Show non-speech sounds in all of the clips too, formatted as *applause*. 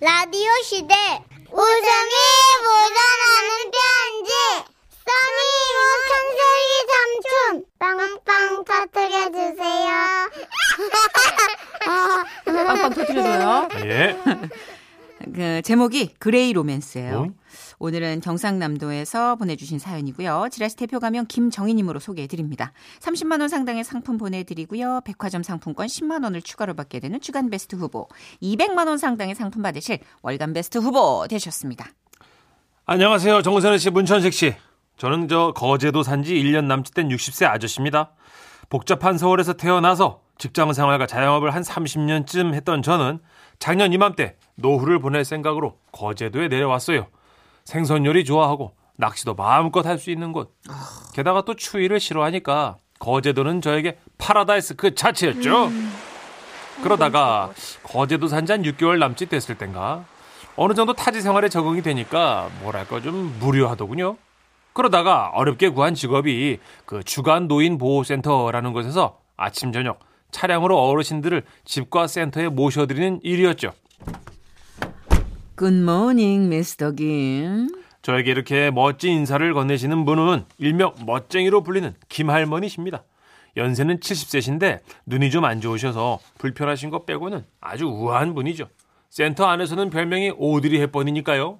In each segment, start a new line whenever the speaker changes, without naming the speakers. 라디오 시대 웃음이 묻어나는 편지 써니 우천세기 삼촌 빵빵 터뜨려주세요
빵빵 터뜨려줘요.
예.
그 제목이 그레이 로맨스예요.
응?
오늘은 경상남도에서 보내주신 사연이고요. 지라시 대표 가면 김정희님으로 소개해드립니다. 30만 원 상당의 상품 보내드리고요. 백화점 상품권 10만 원을 추가로 받게 되는 주간 베스트 후보, 200만 원 상당의 상품 받으실 월간 베스트 후보 되셨습니다.
안녕하세요. 정선혜 씨, 문천식 씨. 저는 저 거제도 산지 1년 남짓 된 60세 아저씨입니다. 복잡한 서울에서 태어나서 직장 생활과 자영업을 한 30년쯤 했던 저는 작년 이맘때 노후를 보낼 생각으로 거제도에 내려왔어요. 생선 요리 좋아하고 낚시도 마음껏 할 수 있는 곳. 게다가 또 추위를 싫어하니까 거제도는 저에게 파라다이스 그 자체였죠. 그러다가 거제도 산지 한 6개월 남짓 됐을 땐가 어느 정도 타지 생활에 적응이 되니까 뭐랄까 좀 무료하더군요. 그러다가 어렵게 구한 직업이 그 주간 노인 보호센터라는 곳에서 아침 저녁 차량으로 어르신들을 집과 센터에 모셔드리는 일이었죠.
굿모닝 미스터 김.
저에게 이렇게 멋진 인사를 건네시는 분은 일명 멋쟁이로 불리는 김할머니십니다. 연세는 70세신데 눈이 좀 안 좋으셔서 불편하신 것 빼고는 아주 우아한 분이죠. 센터 안에서는 별명이 오드리 헵번이니까요.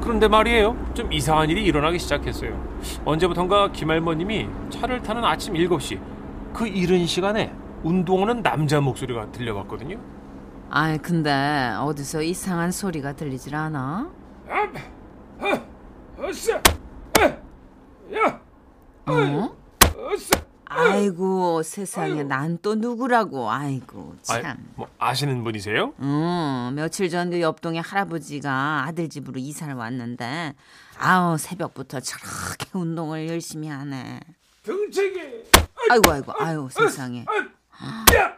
그런데 말이에요. 좀 이상한 일이 일어나기 시작했어요. 언제부턴가 김할머님이 차를 타는 아침 7시 그 이른 시간에 운동하는 남자 목소리가 들려왔거든요.
아 근데 어디서 이상한 소리가 들리질 않아?
어싸! 야!
어?
어싸!
아이고 세상에 난 또 누구라고 아이고 참.
아, 뭐 아시는 분이세요?
음, 며칠 전 그 옆동에 할아버지가 아들 집으로 이사를 왔는데 아우 새벽부터 저렇게 운동을 열심히 하네.
등치기.
아이고 아이고 아유 세상에
야!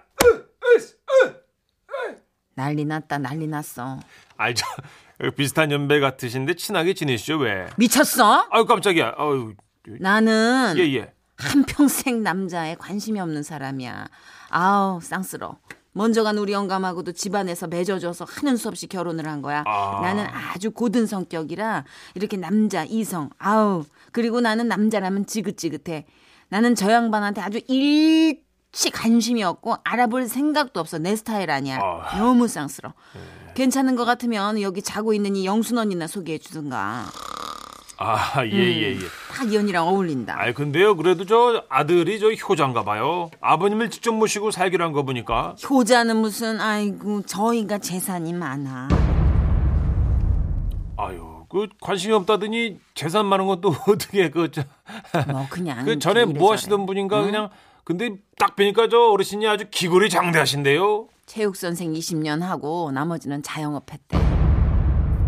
난리 났다 난리 났어.
알죠. *laughs* 비슷한 연배 같으신데 친하게 지내시죠 왜?
미쳤어?
아유 깜짝이야. 아유
나는
예 예.
한 평생 남자에 관심이 없는 사람이야. 아우 쌍스러. 먼저 간 우리 영감하고도 집안에서 맺어줘서 하는 수 없이 결혼을 한 거야.
아.
나는 아주 고든 성격이라 이렇게 남자 이성 아우 그리고 나는 남자라면 지긋지긋해. 나는 저 양반한테 아주 일치 관심이 없고 알아볼 생각도 없어 내 스타일 아니야.
아.
너무 쌍스러. 괜찮은 것 같으면 여기 자고 있는 이 영순 언니나 소개해 주든가.
아
음.
예 예 예.
딱 이 언니랑 어울린다.
아이 근데요 그래도 저 아들이 저 효자인가 봐요. 아버님을 직접 모시고 살기로 한 거 보니까.
효자는 무슨 아이고 저희가 재산이 많아.
아유 그 관심이 없다더니 재산 많은 것도 *laughs* 어떻게 그 저.
뭐 그냥
그 전에
이래저래.
뭐 하시던 분인가
네.
그냥 근데 딱 뵈니까 저 어르신이 아주 기골이 장대하신데요.
체육 선생 20년 하고 나머지는 자영업 했대.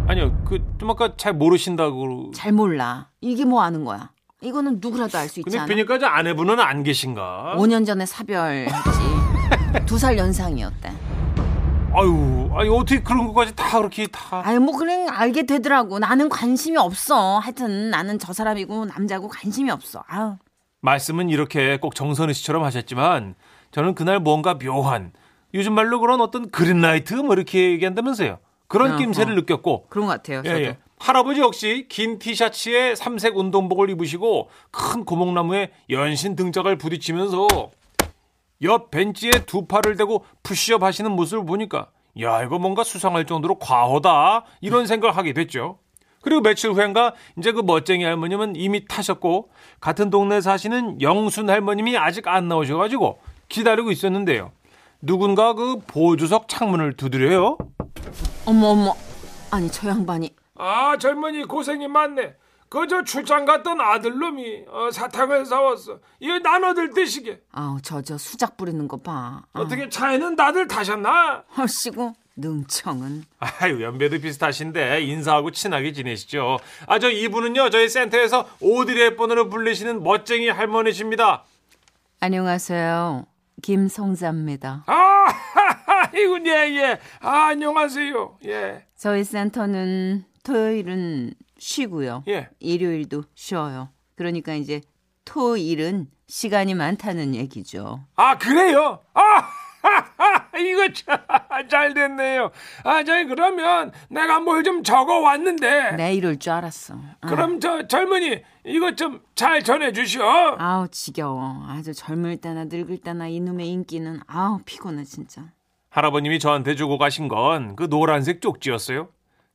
아니요 그좀 아까 잘 모르신다고
잘 몰라. 이게 뭐 아는 거야? 이거는 누구라도 알 수 있지
근데
않아?
뵈니까 저 아내분은 안 계신가?
5년 전에
*laughs*
사별했지. 두 살 연상이었대.
아유, 아니 어떻게 그런 것까지 다 그렇게 다.
아유 뭐 그냥 알게 되더라고. 나는 관심이 없어. 하여튼 나는 저 사람이고 남자고 관심이 없어. 아유.
말씀은 이렇게 꼭 정선희 씨처럼 하셨지만 저는 그날 뭔가 묘한 요즘 말로 그런 어떤 그린라이트 뭐 이렇게 얘기한다면서요. 그런
어,
낌새를
어.
느꼈고.
그런 것 같아요.
예,
저도.
예. 할아버지 역시 긴 티셔츠에 삼색 운동복을 입으시고 큰 고목나무에 연신 등짝을 부딪히면서 옆 벤치에 두 팔을 대고 푸시업 하시는 모습을 보니까 야 이거 뭔가 수상할 정도로 과하다 이런 생각을 하게 됐죠. 그리고 며칠 후엔가 이제 그 멋쟁이 할머님은 이미 타셨고 같은 동네에 사시는 영순 할머님이 아직 안 나오셔가지고 기다리고 있었는데요. 누군가 그 보조석 창문을 두드려요.
어머 어머. 아니 저 양반이
아 젊은이 고생이 많네. 그저 출장 갔던 아들놈이 어, 사탕을 사왔어. 이거 나눠들 드시게.
아우 저 저 수작 부리는 거 봐. 아.
어떻게 차에는 다들 타셨나?
헐씨고 능청은
아유 연배도 비슷하신데 인사하고 친하게 지내시죠. 아 저 이분은요 저희 센터에서 오드리의 번호로 불리시는 멋쟁이 할머니십니다.
안녕하세요 김송자입니다
아 *laughs* 이군 예예. 아, 안녕하세요. 예
저희 센터는 토요일은 쉬고요
예.
일요일도 쉬어요 그러니까 이제 토일은 시간이 많다는 얘기죠
아 그래요? 아 *laughs* 이거 참, 잘 됐네요. 아, 저희 그러면 내가 뭘 좀 적어 왔는데.
내 이럴 줄 알았어. 아,
그럼 저 젊은이 이것 좀 잘 전해 주시오.
아우 지겨워. 아주 젊을 때나 늙을 때나 이놈의 인기는 아우 피곤해 진짜.
할아버님이 저한테 주고 가신 건 그 노란색 쪽지였어요.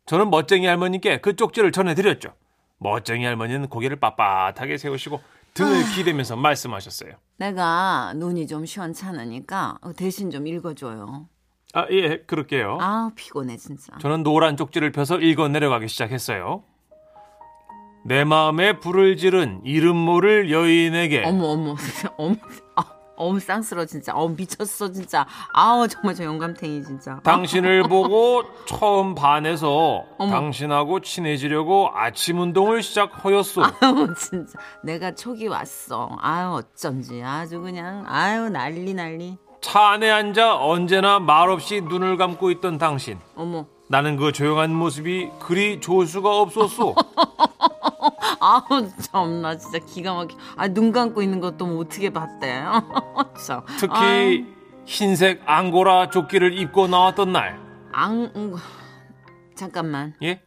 저는 멋쟁이 할머니께 그 쪽지를 전해드렸죠. 멋쟁이 할머니는 고개를 빳빳하게 세우시고 등을
아.
기대면서 말씀하셨어요.
내가 눈이 좀 시원찮으니까 어, 대신 좀 읽어줘요.
아, 예, 그럴게요.
아우 피곤해 진짜.
저는 노란 쪽지를 펴서 읽어 내려가기 시작했어요. 내 마음에 불을 지른 이름 모를 여인에게
어머 어머 어머 아, 어머 쌍스러 진짜. 어 미쳤어 진짜. 아우 정말 저 영감탱이 진짜. *laughs*
당신을 보고 처음 반해서
어머.
당신하고 친해지려고 아침 운동을 시작하였소.
아우 진짜 내가 촉이 왔어. 아유 어쩐지 아주 그냥 아유 난리 난리.
차 안에 앉아 언제나 말없이 눈을 감고 있던 당신.
어머
나는 그 조용한 모습이 그리 좋을
*laughs*
수가 없었소.
아우 참나 진짜 기가 막혀. 아눈 감고 있는 것도 뭐 어떻게 봤대. *laughs* 참.
특히 흰색 앙고라 조끼를 입고 나왔던 날.
앙 음, 잠깐만
예?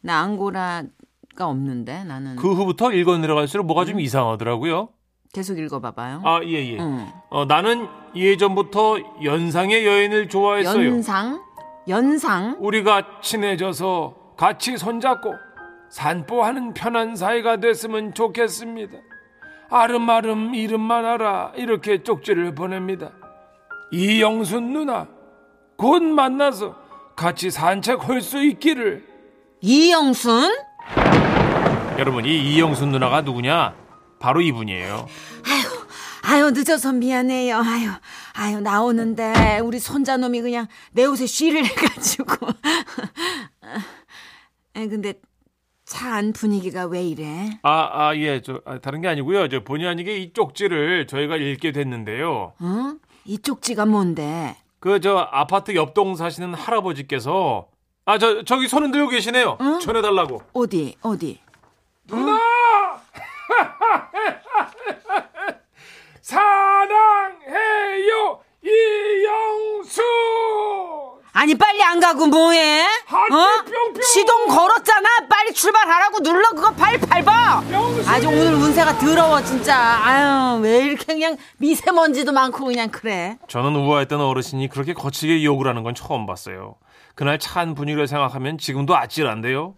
나 앙고라가 없는데 나는
그 후부터 읽어 내려갈수록 뭐가
음.
좀 이상하더라고요.
계속 읽어봐봐요.
아, 예, 예.
응.
어, 나는 예전부터 연상의 여인을 좋아했어요.
연상 연상
우리가 친해져서 같이 손잡고 산보하는 편한 사이가 됐으면 좋겠습니다. 아름아름 이름만 알아 이렇게 쪽지를 보냅니다. 이영순 누나 곧 만나서 같이 산책할 수 있기를.
이영순
여러분 이 이영순 누나가 누구냐? 바로 이분이에요.
아유 늦어서 미안해요. 아유 아유 나오는데 우리 손자놈이 그냥 내 옷에 쉬를 해가지고. *laughs* 아 근데 차 안 분위기가 왜 이래?
아, 아, 예, 저, 아, 다른 게 아니고요. 저 본의 아니게 이 쪽지를 저희가 읽게 됐는데요.
응? 어? 이 쪽지가 뭔데?
그 저 아파트 옆동 사시는 할아버지께서 아 저 저기 손흔 들고 계시네요. 전해달라고.
어디 어디?
누나 사랑해요 이영수.
아니 빨리 안 가고 뭐해?
하트
어?
뿅뿅.
시동 걸었잖아. 빨리 출발하라고 눌러 그거 빨리 밟아.
영순이.
아주 오늘 운세가 더러워 진짜. 아유 왜 이렇게 그냥 미세먼지도 많고 그냥 그래.
저는 우아했던 어르신이 그렇게 거칠게 욕을 하는 건 처음 봤어요. 그날 차한 분위기를 생각하면 지금도 아찔한데요.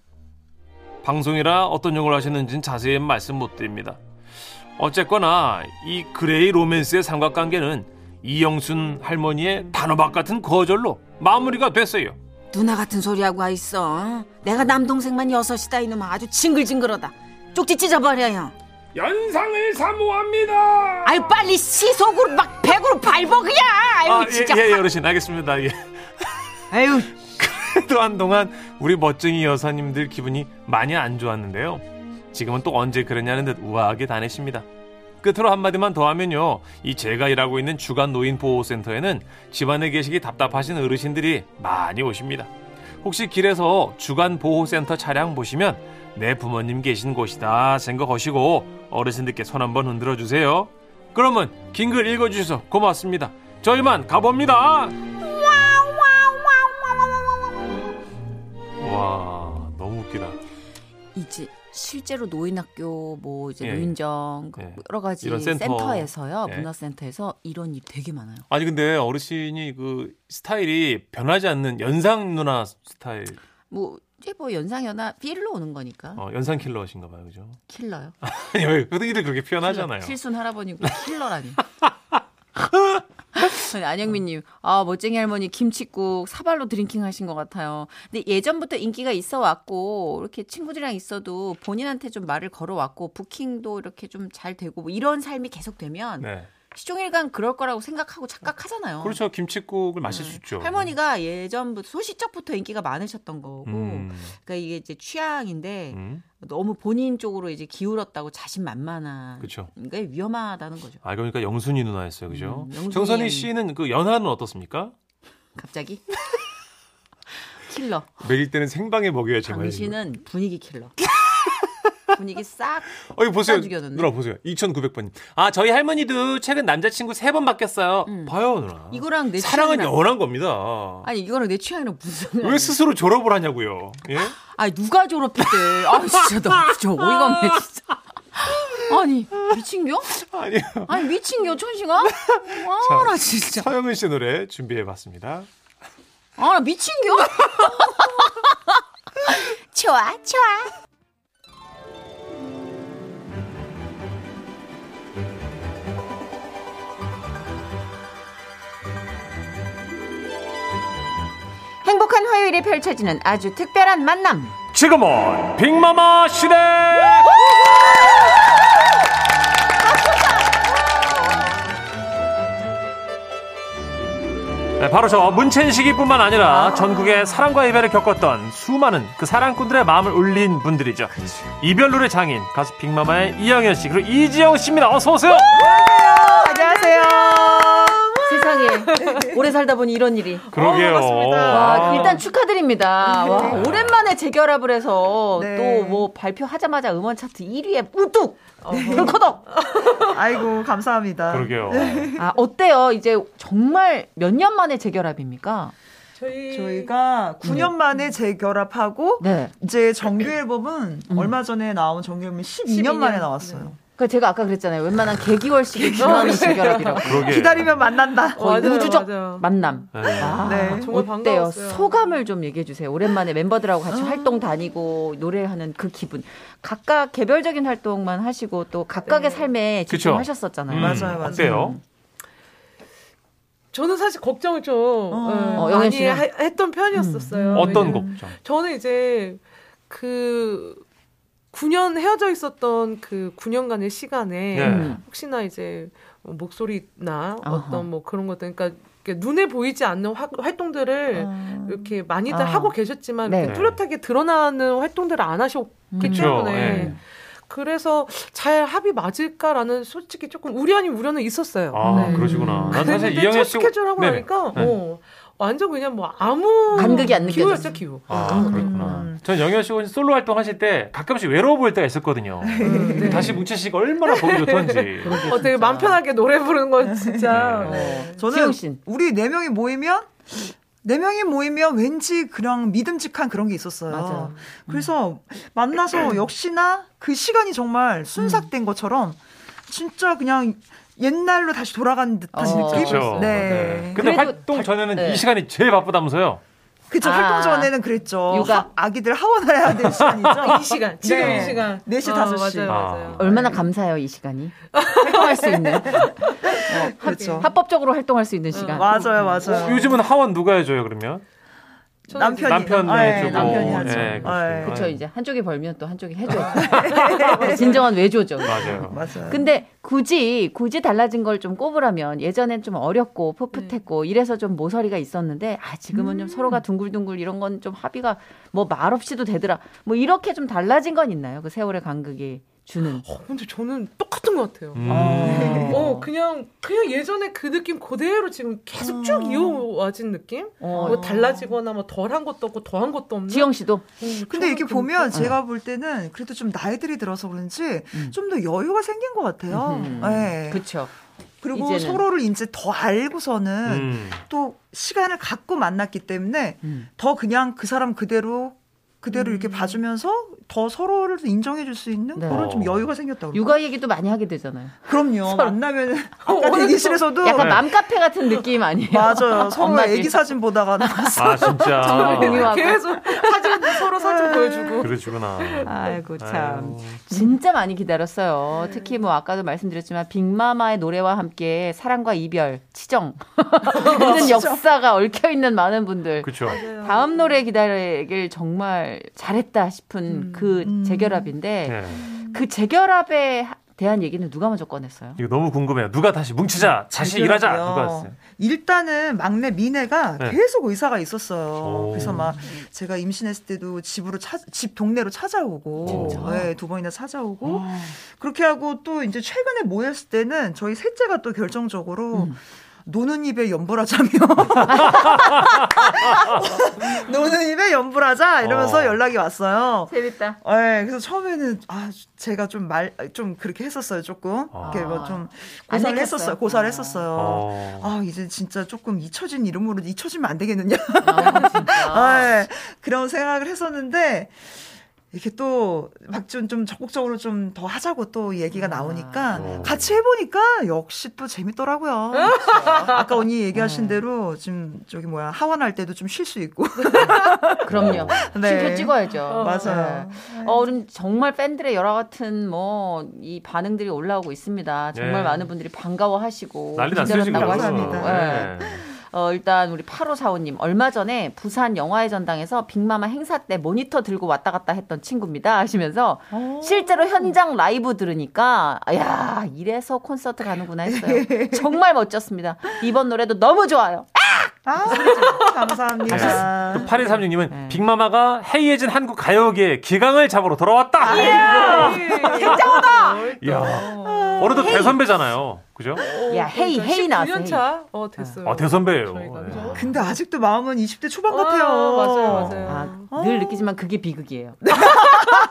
방송이라 어떤 욕을 하셨는지는 자세히 말씀 못 드립니다. 어쨌거나 이 그레이 로맨스의 삼각관계는 이영순 할머니의 단호박 같은 거절로 마무리가 됐어요.
누나 같은 소리하고 와 있어. 내가 남동생만 여섯이다 이놈아 아주 징글징글하다. 쪽지 찢어버려요.
연상을 사모합니다.
아유 빨리 시속으로 막 백으로 밟아 그냥. 아유
아,
진짜.
예, 예, 어르신 알겠습니다. 예. *laughs*
아유
또 한동안 우리 멋쟁이 여사님들 기분이 많이 안 좋았는데요. 지금은 또 언제 그러냐는 듯 우아하게 다니십니다. 끝으로 한마디만 더 하면요. 이 제가 일하고 있는 주간 노인보호센터에는 집안에 계시기 답답하신 어르신들이 많이 오십니다. 혹시 길에서 주간 보호센터 차량 보시면 내 부모님 계신 곳이다 생각하시고 어르신들께 손 한번 흔들어 주세요. 그러면 긴 글 읽어 주셔서 고맙습니다. 저희만 가봅니다. 와 너무 웃기다.
이제 실제로 노인학교 뭐 이제
예,
노인정 그
예.
여러 가지
이런 센터.
에서요
예.
문화센터에서 이런 일 되게 많아요.
아니 근데 어르신이 그 스타일이 변하지 않는 연상 누나 스타일,
뭐 이제 뭐 연상연하 필로 오는 거니까
어, 연상 킬러신가 봐요, 그죠? *laughs*
킬러요.
아니 왜 그들 그렇게 표현하잖아요.
킬러. 칠순 할아버니고 킬러라니. *laughs* 아니, 안영민님, 아 멋쟁이 할머니 김칫국 사발로 드링킹하신 것 같아요. 근데 예전부터 인기가 있어 왔고 이렇게 친구들이랑 있어도 본인한테 좀 말을 걸어 왔고 부킹도 이렇게 좀 잘 되고 뭐 이런 삶이 계속 되면
네,
시종일관 그럴 거라고 생각하고 착각하잖아요.
그렇죠. 김치국을 마실 수 있죠.
네. 할머니가 예전부터 소시적부터 인기가 많으셨던 거고
음,
그러니까 이게 이제 취향인데
음,
너무 본인 쪽으로 이제 기울었다고 자신만만한
그렇죠.
그러니까 위험하다는 거죠.
아 그러니까 영순이 누나였어요, 그죠?
음, 영순이
정선희
언니.
씨는 그 연하는 어떻습니까?
갑자기 *laughs* 킬러
매일 때는 생방에 먹여야 제맛이. *laughs*
당신은 분위기 킬러. 분위기 싹
어, 이 보세요.
다 죽여줬네.
누나 보세요. 2,900번님. 아, 저희 할머니도 최근 남자친구 3번 바뀌었어요. 봐요, 누나.
음. 이거랑 내
사랑은
취향이랑-
영원한 겁니다.
아니 이거랑 내 취향이랑 무슨
왜 스스로 졸업을 하냐고요. *laughs* 예?
아니 누가 졸업했대? 아 진짜 나 진짜 어이가 없네 진짜. 아니 미친겨?
아니요.
아니 미친겨 천식아? 아나 진짜.
서영은 씨 노래 준비해봤습니다.
아나 미친겨?
좋아, 좋아.
행복한 화요일에 펼쳐지는 아주 특별한 만남.
지금은 빅마마 시대! 네, 바로 저 문첸식이뿐만 아니라 전국의 사랑과 이별을 겪었던 수많은 그 사랑꾼들의 마음을 울린 분들이죠. 이별 노래 장인 가수 빅마마의 이영현 씨 그리고 이지영 씨입니다. 어서 오세요.
안녕하세요. *laughs* 세상에 오래 살다 보니 이런 일이.
그러게요. 아.
와, 어, 아, 일단 축하드립니다. 와, 오랜만에 재결합을 해서 또 뭐 발표하자마자 음원 차트 1위에 우뚝 돌커덕.
아이고 감사합니다.
그러게요.
아 어때요? 이제 정말 몇 년 만에 재결합입니까?
네. 저희가 9년 만에 재결합하고
음. 네. 음.
이제 정규 앨범은 얼마 전에 나온 정규 앨범이 12년,
12년.
만에 나왔어요.
그 제가 아까 그랬잖아요. 웬만한 개기월식의 중앙이 재결합이라고.
그러게.
기다리면 만난다.
거의
맞아요,
우주적
맞아요.
만남.
네.
아,
네,
정말
어때요?
반가웠어요.
소감을 좀 얘기해 주세요. 오랜만에 멤버들하고 같이 활동 다니고 노래하는 그 기분. 각각 개별적인 활동만 하시고 또 각각의 삶에
그쵸.
집중하셨었잖아요.
음,
맞아요, 맞아요.
어때요?
저는 사실 걱정을 좀 어,
어, 영현
많이
씨는?
하- 했던 편이었었어요.
어떤
왜냐면
곡죠?
저는 이제 그 9년 헤어져 있었던 그 9년간의 시간에
네.
음.
혹시나 이제 목소리나
아하.
어떤 뭐 그런 것들, 그러니까 이렇게 눈에 보이지 않는 화- 활동들을 이렇게 많이들
아.
하고 계셨지만
네.
이렇게 뚜렷하게 드러나는 활동들을 안 하셨기
음. 그쵸,
때문에
예.
그래서 잘 합이 맞을까라는 솔직히 조금 우려 아닌 우려는 있었어요.
아,
네.
그러시구나. 난
근데
사실 이영애
첫
씨
스케줄 하고
네네.
나니까
네.
어, 완전 그냥 뭐 아무
간극이 안
기호였죠
느껴졌어요.
기호. 음.
아, 그렇구나. 전 영현 씨가 이제 솔로 활동하실 때 가끔씩 외로워 보일 때가 있었거든요.
음, 네.
다시 문채 씨가 얼마나 보기 좋던지.
어, 되게 마음 편하게 노래 부르는 건 진짜.
네.
어.
저는
지영 씨는?
우리 네 명이 모이면 네 명이 모이면 왠지 그런 믿음직한 그런 게 있었어요.
맞아요. 음.
그래서 만나서 역시나 그 시간이 정말 순삭된 것처럼 진짜 그냥 옛날로 다시 돌아간 듯한
어,
느낌.
그렇죠.
네.
근데
그래도
활동
발-
전에는
네.
이 시간이 제일 바쁘다면서요?
그쵸
아.
활동 전에는 그랬죠.
육아.
하- 아기들 하원해야 될
*laughs*
시간이죠.
이 시간 지금
네.
이 시간
네 시,
어,
다섯 시.
맞아요,
아.
맞아요.
얼마나 감사해요 이 시간이 활동할 수 있는 어,
그렇죠.
합법적으로 활동할 수 있는 시간.
음, 맞아요,
어,
맞아요.
요즘은 하원 누가 해줘요 그러면?
저는
남편이
남편이
아, 예,
해주고.
남편이 하죠.
예, 그렇죠.
아, 예.
그렇죠. 이제 한쪽이 벌면 또 한쪽이 해줘요. *laughs* 진정한 외조죠.
맞아요.
맞아요.
근데 굳이 굳이 달라진 걸 좀 꼽으라면 예전엔 좀 어렵고 풋풋했고 이래서 좀 모서리가 있었는데 아 지금은 좀 서로가 둥글둥글 이런 건 좀 합의가 뭐 말 없이도 되더라 뭐 이렇게 좀 달라진 건 있나요 그 세월의 간극이 주는
어, 근데 저는 똑같은 것 같아요.
음.
어 그냥 그냥 예전에 그 느낌 그대로 지금 계속 쭉
음.
이어와진 느낌?
어,
뭐 달라지거나 뭐 덜한 것도 없고 더한 것도 없는.
지영 씨도 네.
음,
근데 이렇게
저는
보면 제가 볼 때는 그래도 좀 나이들이 들어서 그런지 좀 더 여유가 생긴 것 같아요.
음,
네.
예.
그쵸
그리고
이제는.
서로를 이제 더 알고서는
음.
또 시간을 갖고 만났기 때문에
음.
더 그냥 그 사람 그대로 그대로 이렇게 봐주면서 더 서로를 인정해 줄 수 있는
네.
그런 좀 여유가 생겼다고.
육아 얘기도 많이 하게 되잖아요
그럼요. *laughs* 만나면 아까 대기실에서도
약간
네.
맘카페 같은 느낌 아니에요
*laughs* 맞아요. 서로
엄마들이.
애기 사진 보다가 *laughs* 나왔어.
아 진짜.
공유하고.
*laughs*
계속 사진 서로 사진 보여주고.
그러시구나. 음.
아이고 참
아유.
진짜 많이 기다렸어요. 특히 뭐 아까도 말씀드렸지만 빅마마의 노래와 함께 사랑과 이별,
*laughs*
치정 이런 역사가 얽혀 있는 많은 분들
그렇죠.
다음 노래 기다리길 정말 잘했다 싶은 그
음.
재결합인데
예.
그 재결합에 하- 대한 얘기는 누가 먼저 꺼냈어요?
이거 너무 궁금해요. 누가 다시 뭉치자, 다시 일하자.
그러더라고요.
누가 했어요?
일단은 막내 미네가
네.
계속 의사가 있었어요.
오.
그래서 막 제가 임신했을 때도 집으로 찾, 집 동네로 찾아오고
진짜?
네, 두 번이나 찾아오고 그렇게 하고 또 이제 최근에 모였을 때는 저희 셋째가 또 결정적으로 노는
*laughs*
입에 연불하자며 *laughs* 노는 입에 연불하자 이러면서
어.
연락이 왔어요.
재밌다.
네, 그래서 처음에는 아 제가 좀 말 좀 그렇게 했었어요 조금
아.
이렇게 뭐좀
안
고사를
내켰어요? 아.
했었어요 고사를 했었어요.
어.
아 이제 진짜 조금 잊혀진 이름으로 잊혀지면 안 되겠느냐
아, 진짜.
*laughs* 네, 그런 생각을 했었는데 이렇게 또 막좀 좀 적극적으로 좀 더 하자고 또
음.
얘기가
아.
나오니까
어.
같이 해보니까 역시 또
*laughs*
재밌더라고요. 그렇죠. 아까
음.
언니 얘기하신 대로 지금 저기 뭐야 하원할 때도 좀 쉴 수 있고
아, 그럼요.
어.
네.
네. 표 찍어야죠.
*laughs* 맞아요.
네. 어, 우리 정말 팬들의 여러 같은 뭐 이 반응들이 올라오고 있습니다.
네.
정말 많은 분들이 반가워하시고
난리 났어요 지금
기다렸다고
나서.
하시고. 예.
감사합니다.
네.
어, 일단 우리 8545님 얼마 전에 부산 영화의 전당에서 빅마마 행사 때 모니터 들고 왔다 갔다 했던 친구입니다 하시면서 실제로 현장 라이브 들으니까 야 이래서 콘서트 가는구나
*laughs*
했어요. 정말 멋졌습니다. 이번 노래도 너무 좋아요.
아, 감사합니다.
또 8236님은
네.
빅마마가 해이해진 한국 가요계의 기강을 잡으러 돌아왔다. 예.
굉장하다.
이야. 어느덧 대선배잖아요. 그죠?
야, 헤이, 헤이 나왔어,
9년차 어 됐어요.
아, 대선배예요.
저희가,
네.
그죠?
근데 아직도 마음은 20대 초반
아,
같아요.
맞아요, 맞아요.
아, 늘 느끼지만 그게 비극이에요. *laughs*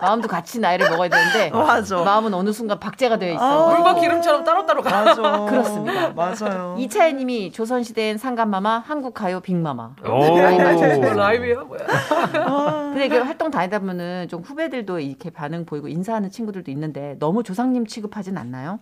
마음도 같이 나이를 먹어야 되는데
맞아.
마음은 어느 순간 박제가 되어 있어.
아.
물과 기름처럼 따로따로 가.
맞아.
그렇습니다.
맞아요.
이차혜님이 조선시대엔 상감마마, 한국가요 빅마마.
오.
뭐 라이브야 뭐야.
근데 이게 활동 다니다 보면은 좀 후배들도 이렇게 반응 보이고 인사하는 친구들도 있는데 너무 조상님 취급하진 않나요?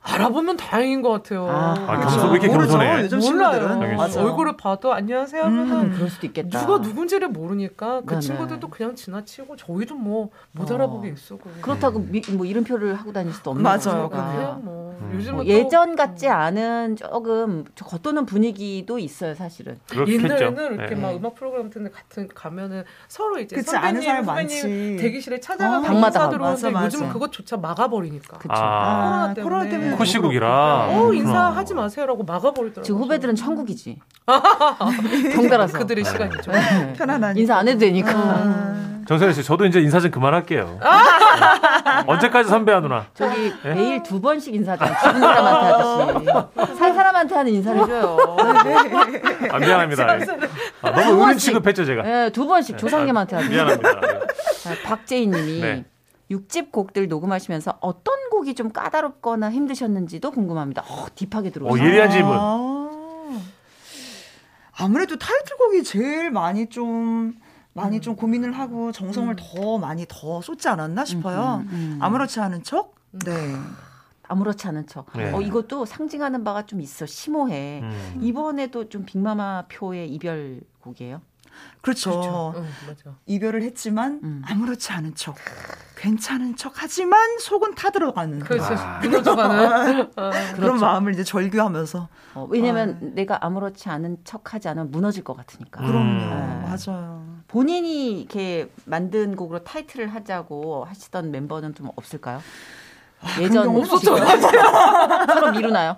알아보면 다행인 것 같아요.
아,
아,
그렇죠.
겸손, 왜 이렇게
모르죠.
겸손해?
요즘 친구들은.
몰라요.
알겠어요.
얼굴을 봐도 안녕하세요 하면은
음.
그럴 수도 있겠다.
누가 누군지를 모르니까 그
네네.
친구들도 그냥 지나치고 저희도 뭐 못
어.
알아보게 있었고.
그렇다고 미- 뭐 이름표를 하고 다닐 수도 없는
맞아요.
거니까.
그냥 뭐
음.
요즘은
뭐
또
예전 같지 않은 조금 저 겉도는 분위기도 있어요, 사실은.
그렇겠죠.
옛날에는 이렇게
네.
막 음악 프로그램 같은 데 같은 가면은 서로 이제
그치, 아는
선배님
사람
후배님
많지.
대기실에 찾아가서
아, 방마다
인사 들어오는데
맞아,
요즘
맞아.
그것조차 막아버리니까
그쵸.
아,
아,
코로나 때문에.
코로나 때문에.
코시국이라.
어
아, 그렇구나.
인사하지 마세요라고 막아버리더라고요.
지금 후배들은
*laughs*
천국이지. 덩달아서.
그들의 시간이죠. 아.
네.
편안하니.
인사 안 해도 되니까.
정선혜 씨, 저도 이제 인사 좀 그만할게요. 네. 언제까지 선배야 누나?
저기
아.
매일 두 번씩 인사 좀 주는 사람한테 하듯이 살 사람한테 하는 인사를 줘요.
아, 미안합니다.
*laughs*
아, 너무 어른 취급했죠 제가.
예, 두 번씩 조상님한테
아,
하듯이. *laughs*
미안합니다.
자, 아, 박재희님이
네.
육집 곡들 녹음하시면서 어떤 곡이 좀 까다롭거나 힘드셨는지도 궁금합니다. 어, 딥하게
어,
들어오세요.
예리한 질문.
아. 아무래도 타이틀곡이 제일 많이 좀 많이 좀 고민을 하고 정성을 더 많이 더 쏟지 않았나 싶어요. 아무렇지 않은 척. 네.
아무렇지 않은 척.
네.
어, 이것도 상징하는 바가 좀 있어. 심오해.
음.
이번에도 좀 빅마마 표의 이별 곡이에요.
그렇죠.
응, 맞아.
이별을 했지만
음.
아무렇지 않은 척. 괜찮은 척 하지만 속은 타들어가는
그래서
아.
*laughs*
무너져가는. 어.
그런 마음을 이제 절규하면서
어, 왜냐면 내가 아무렇지 않은 척하지 않으면 무너질 것 같으니까.
음.
그럼요. 맞아요.
본인이 이렇게 만든 곡으로 타이틀을 하자고 하시던 멤버는 좀 없을까요? 예전
아, 경우 없었던
서로 미루나요?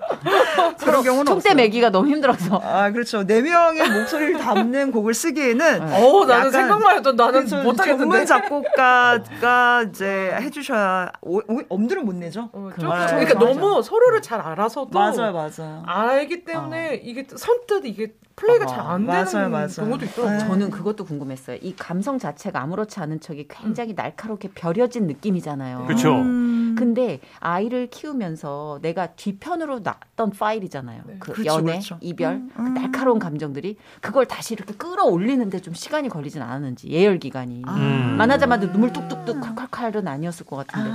그런 경우는
총대
없어요.
매기가 너무 힘들어서.
아, 그렇죠. 네 명의 목소리를 *laughs* 담는 곡을 쓰기에는
어우 나는
약간
생각만 해도 나는
그래서 전문
못하겠는데.
작곡가가 이제 해주셔야 오- 오- 엄두를 못 내죠.
어,
그
조금
맞아.
그러니까
맞아. 어.
너무 서로를 잘 알아서도
맞아요, 맞아요.
알기 때문에 이게 선뜻 이게 플레이가
어,
잘 안 되는
맞아요, 맞아요.
경우도 있더라고요.
네.
저는 그것도 궁금했어요. 이 감성 자체가 아무렇지 않은 척이 굉장히 날카롭게 벼려진 느낌이잖아요.
그렇죠.
음,
근데 아이를 키우면서 내가 뒤편으로 놨던 파일이잖아요. 그
그렇죠,
연애,
그렇죠.
이별, 그 날카로운 감정들이 그걸 다시 이렇게 끌어올리는데 좀 시간이 걸리진 않았는지 예열 기간이
아.
음.
만나자마자 눈물
음.
뚝뚝뚝 칼칼칼은 아니었을 것 같은데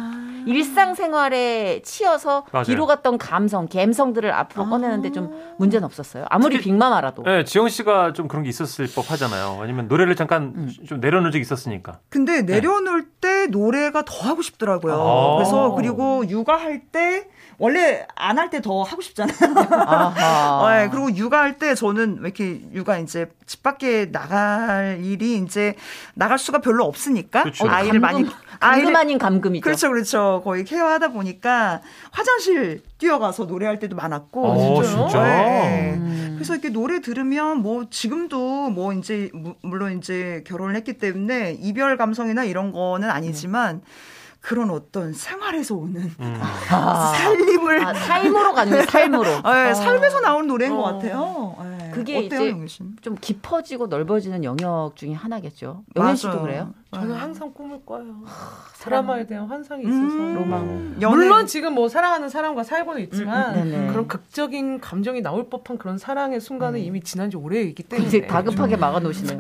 일상생활에 치여서
맞아요.
기록했던 감성, 감성들을
아.
앞으로 꺼내는데 좀 문제는 없었어요. 아무리 빅마마라도
네, 지영 씨가 좀 그런 게 있었을 법 하잖아요. 아니면 노래를 잠깐
음.
좀 내려놓은 적이 있었으니까.
근데 내려놓을 때 노래가 더 하고 싶더라고요.
아.
그래서 그리고 육아할 때 원래 안 할 때 더 하고 싶잖아요.
아하.
*laughs* 네, 그리고 육아할 때 저는 왜 이렇게 육아 이제 집 밖에 나갈 일이 이제 나갈 수가 별로 없으니까 어,
그렇죠.
아이를 많이
감금 아닌 감금이죠.
그렇죠, 그렇죠. 거의 케어하다 보니까 화장실 뛰어가서 노래할 때도 많았고.
어,
진짜요? 음.
진짜?
네. 그래서 이렇게 노래 들으면 뭐 지금도 뭐 이제 무- 물론 이제 결혼을 했기 때문에 이별 감성이나 이런 거는 아니지만 그런 어떤 생활에서 오는
음.
살림을
아, 삶으로 가는 거예요, 삶으로.
예, 삶에서 나온 노래인 것
어.
같아요. 예.
그게
어때요,
이제-
영희 씨는?
좀 깊어지고 넓어지는 영역 중에 하나겠죠. 영현 씨도
맞아요.
그래요?
저는 항상 꿈을 꿔요. 드라마에 대한 환상이
음.
있어서.
로망.
연애-
물론 지금 뭐 사랑하는 사람과 살고는 있지만
음, 음, 네네.
그런 극적인 감정이 나올 법한 그런 사랑의 순간은
음.
이미 지난 지 오래이기 때문에
이제 다급하게 막아놓으시네요.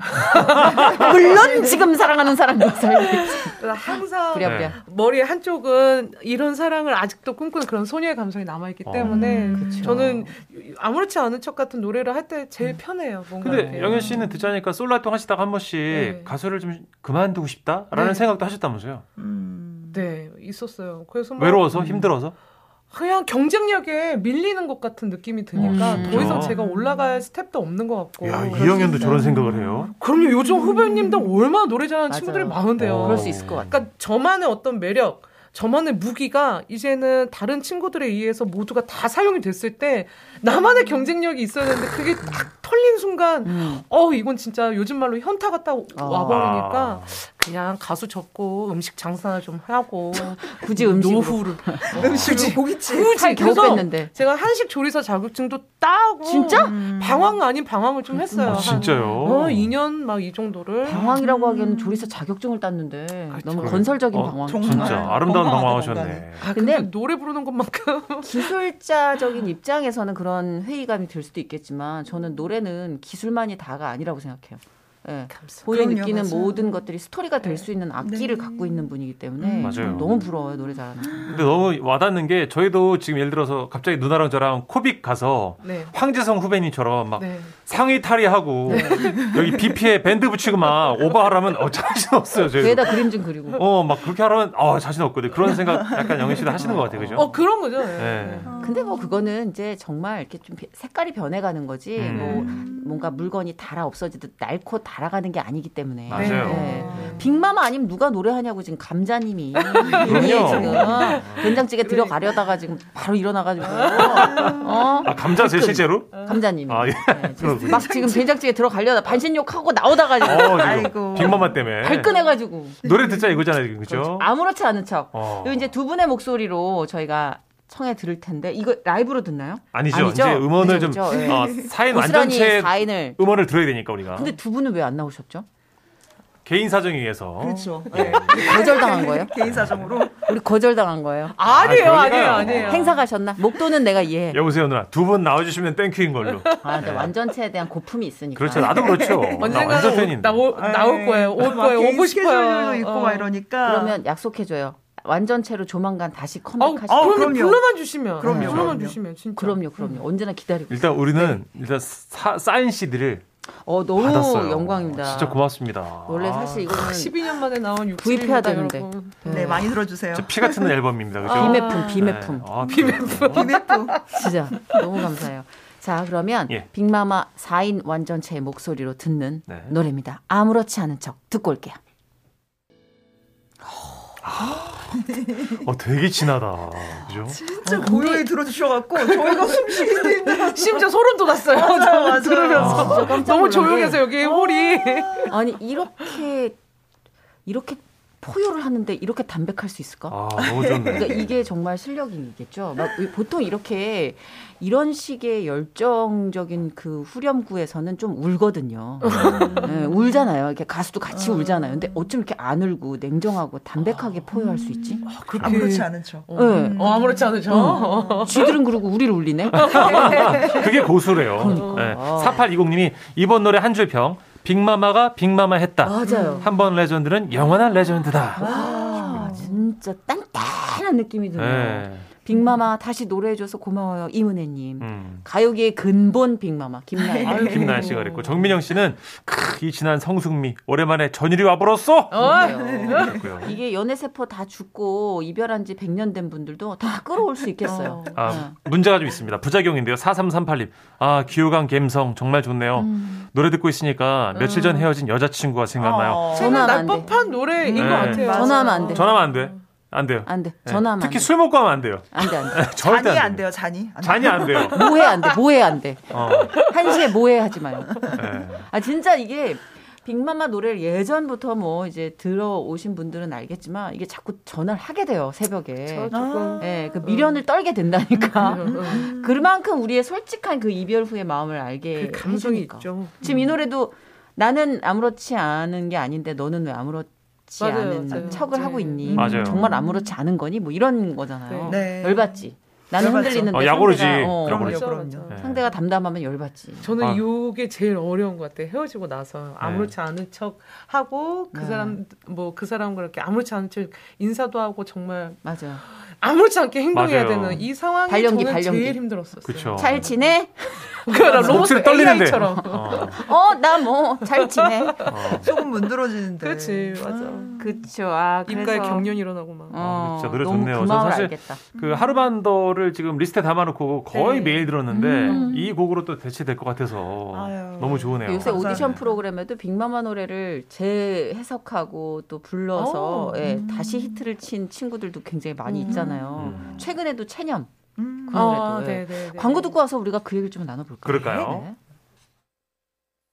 물론 지금 사랑하는 사람도 살고 있지.
그래서 항상
부랴부랴.
네.
머리 한쪽은 이런 사랑을 아직도 꿈꾸는 그런 소녀의 감성이 남아있기
어.
음.
때문에
그쵸.
저는 아무렇지 않은 척 같은 노래를 할 때 제일 편해요.
음.
뭔가
근데
네.
음.
이렇게.
영현 씨는 듣자니까 솔로 활동 하시다가 한 번씩
네.
가수를 좀 그만두고 싶다라는
네.
생각도 하셨다면서요?
음.
네 있었어요. 그래서
음.
막
외로워서 힘들어서?
그냥 경쟁력에 밀리는 것 같은 느낌이 드니까
음.
더 이상
진짜?
제가 올라갈 스텝도 없는 것 같고.
그렇죠. 야, 음.
그래서-
이영현도 저런 생각을 해요.
그럼요. 요즘 후배님들 얼마나 노래 잘하는
맞아요.
친구들이 많은데요.
어.
그럴 수 있을 것 같아요.
그러니까 저만의 어떤 매력, 저만의 무기가 이제는 다른 친구들에 의해서 모두가 다 사용이 됐을 때 나만의 경쟁력이 있어야 되는데 그게 딱 털린 순간
음. 아.
어 이건 진짜 요즘 말로 현타 갔다
어,
와버리니까
그러니까.
아.
그냥 가수 접고 음식 장사나 좀
*laughs*
하고
굳이 음식으로.
노후를
음식을 고깃집.
굳이
겨우
그래서
뺐는데.
제가 한식 조리사 자격증도 따고 음.
진짜?
음.
방황 아닌 방황을 좀 했어요.
아,
한
진짜요?
어, 2년 막 이 정도를
방황이라고 하기에는 조리사 자격증을 땄는데 너무
그래.
건설적인
어,
방황.
정말.
진짜 아름다운
건강하다,
방황하셨네.
건강해.
아,
근데-
근데 노래 부르는 것만큼
기술자적인 입장에서는 그런 회의감이 들 수도 있겠지만 저는 노래는 기술만이 다가 아니라고 생각해요. 예. 본인이
그럼요,
느끼는
맞아요.
모든 것들이 스토리가 될 수 있는 악기를
네.
갖고 있는 분이기 때문에
음.
맞아요.
너무 부러워요 노래 잘하는. 분.
근데 너무 와닿는 게 저희도 지금 예를 들어서 갑자기 누나랑 저랑 코빅 가서
네.
황재성 후배님처럼 막
네.
상의 탈의하고 여기 BP에 밴드 붙이고 막 오버하라면 어 자신 없어요. 저희.
뒤에다 그림 좀 그리고.
어막 그렇게 하라면 어 자신 없거든. 그런 생각 약간 영희 씨도 하시는 것 같아요, 그죠?
어 그런 거죠. 예.
네.
근데 뭐 그거는 이제 정말 이렇게 좀 비- 색깔이 변해가는 거지
음.
뭐 뭔가 물건이 달아 없어지듯 닳고 달아가는 게 아니기 때문에.
맞아요.
예. 빅마마 아니면 누가 노래하냐고 지금
*laughs*
감자님이
그럼요. 네.
이미 지금 된장찌개 들어가려다가 지금 바로 일어나가지고 어?
아 감자 제 실제로?
감자님이
아, 예.
네, 지금
그렇군요.
막 지금 된장찌개 들어가려다 반신욕 하고 나오다가 지금
어
아이고.
지금 빅마마 때문에
발끈해가지고
노래 듣자 이거잖아요, 지금, 그죠?
아무렇지 않은 척.
어.
그리고 이제 두 분의 목소리로 저희가 청해 들을 텐데 이거 라이브로 듣나요?
아니죠. 이제 음원을
그죠,
좀
그죠. 예.
어, 사인
고스란히
완전체
사인을.
음원을 들어야 되니까 우리가
근데 두 분은 왜 안 나오셨죠?
개인 사정에 의해서
그렇죠.
예.
거절당한 거예요?
개인 사정으로.
우리 거절당한 거예요.
아니에요,
아,
아니에요,
그러니까요.
아니에요.
행사 가셨나? 목도는 내가 이해해.
여보세요 누나 두 분 나와주시면 땡큐인 걸로.
아, 근데 완전체에 대한 고품이 있으니까.
그렇죠. 나도 그렇죠. 나 완전
언젠가는 오-
팬인데.
나 오- 나올 거예요. 올
아, 네. 막
거예요.
개인
오고 싶어요.
스케줄도 있고
어.
막
아.
이러니까.
그러면 약속해줘요. 완전체로 조만간
어,
다시
아우,
컴백하시죠.
아우,
어, 그러면
그럼요.
불러만 주시면. 어,
그럼요,
불러만
그럼요.
주시면 진짜.
그럼요, 그럼요. 언제나 기다리고.
일단 우리는 일단 사, 사인 CD를
어, 너무
받았어요.
네.
아,
영광입니다.
진짜 아, 고맙습니다.
원래 사실 이거는
12년 만에 나온 육즙
구입해야 되는데.
음.
네, 많이 들어주세요.
진짜 피 같은 앨범입니다. 그죠? 네.
아,
비매품, 비매품.
비매품.
비매프.
진짜 너무 감사해요. 자, 그러면
예.
빅마마 4인 완전체의 목소리로 듣는
네.
노래입니다. 아무렇지 않은 척 듣고 올게요.
어, 되게 진하다. 그죠?
진짜
어,
고요히 들어주셔갖고 저희가 숨쉬기도 힘들어요.
*laughs* 심지어 소름 돋았어요.
맞아요.
들으면서.
진짜 깜짝
너무
놀란
조용해서 여기 홀이.
게 아니, 이렇게 이렇게 포효를 하는데 이렇게 담백할 수 있을까?
아, 너무 좋네.
그러니까 이게 정말 실력이겠죠. 막 보통 이렇게 이런 식의 열정적인 그 후렴구에서는 좀 울거든요. 예, 울잖아요. 이렇게 가수도 같이 울잖아요. 근데 어쩜 이렇게 안 울고 냉정하고 담백하게 포효할 수 있지?
그렇게.
아무렇지 않은 척.
어,
예.
어, 아무렇지 않으죠.
쥐들은 그러고 우리를 울리네.
그게 고수래요.
그러니까.
네. 4820님이 이번 노래 한 줄 평. 빅마마가 빅마마 했다.
맞아요.
한 번 레전드는 영원한 레전드다.
아, 진짜 단단한 느낌이 드네요.
네.
빅마마 다시 노래해줘서 고마워요. 이문혜님.
음.
가요계의 근본 빅마마 네. 김나연.
아유, 김나연 씨가 그랬고 정민영 씨는 크, 이 지난 성숙미 오랜만에 전일이 와버렸어. 그랬고요.
*laughs* 이게 연애세포 다 죽고 이별한 지 100년 된 분들도 다 끌어올 수 있겠어요.
*laughs* 아, 문제가 좀 있습니다. 부작용인데요. 4338님. 아, 기호강 갬성 정말 좋네요. 노래 듣고 있으니까 며칠 전 헤어진 여자친구가 생각나요.
어.
네. 전화하면 안 돼.
날법한 노래인
네.
것 같아요.
전화하면 안 돼.
전화하면 안 돼. 안 돼요.
안 돼.
네.
아, 전화하면 안
특히
돼.
술 먹고 하면 안 돼요. *laughs*
안 돼, 안 돼.
절대
잔이 안
안 돼요.
돼요. 잔이. 아, 안
잔이 안 돼요.
모해 안 돼. 모해 안 돼.
어,
한시에 모해 하지 마요.
네.
아 진짜 이게 빅마마 노래를 예전부터 뭐 이제 들어오신 분들은 알겠지만 이게 자꾸 전화를 하게 돼요 새벽에.
저
아.
조금
예, 그 미련을 떨게 된다니까.
네, 음, 음.
그만큼 우리의 솔직한 그 이별 후의 마음을 알게
그 감성이
해주니까.
있죠.
지금
음.
이 노래도 나는 아무렇지 않은 게 아닌데 너는 왜 아무렇지
맞아요,
않은
맞아요.
척을
맞아요.
하고 있니?
맞아요.
정말 아무렇지 않은 거니? 뭐 이런 거잖아요.
음. 네.
열받지. 나는
열받죠.
흔들리는데
어, 야구르지.
상대가, 어,
그런
그럼요,
거죠.
그럼요.
네.
상대가 담담하면 열받지.
저는
아. 네.
이게 제일 어려운 것 같아요. 헤어지고 나서 아무렇지 않은 척 하고 그
네.
사람 뭐 그 사람과 이렇게 아무렇지 않은 척 인사도 하고 정말
맞아요.
아무렇지 않게 행동해야
맞아요.
되는 이 상황이
발령기,
저는
발령기.
제일 힘들었었어요.
그쵸.
잘 지내?
*laughs* 그러니까 로봇
목소리 떨리는데.
*laughs*
AI처럼.
어,
어, 나 뭐 잘 지내.
어.
조금 문드러지는데. 음.
그렇지 맞아.
그쵸. 아, 네. 그래서
입가에 경련 일어나고 막.
어,
아, 진짜 노래
너무
좋네요.
그 마음을
저 사실-
알겠다.
그 하루반더를 지금 리스트에 담아놓고 거의
네.
매일 들었는데 이 곡으로 또 대체될 것 같아서
아유.
어, 너무 좋으네요. 음.
요새
감사합니다.
오디션 프로그램에도 빅마마 노래를 재해석하고 또 불러서
오,
예,
음.
다시 히트를 친 친구들도 굉장히 많이 있잖아요.
음.
최근에도 체념
음.
그 노래도 예.
아, 네네.
광고 듣고 와서 우리가 그 얘기를 좀 나눠볼까요?
그럴까요?
네.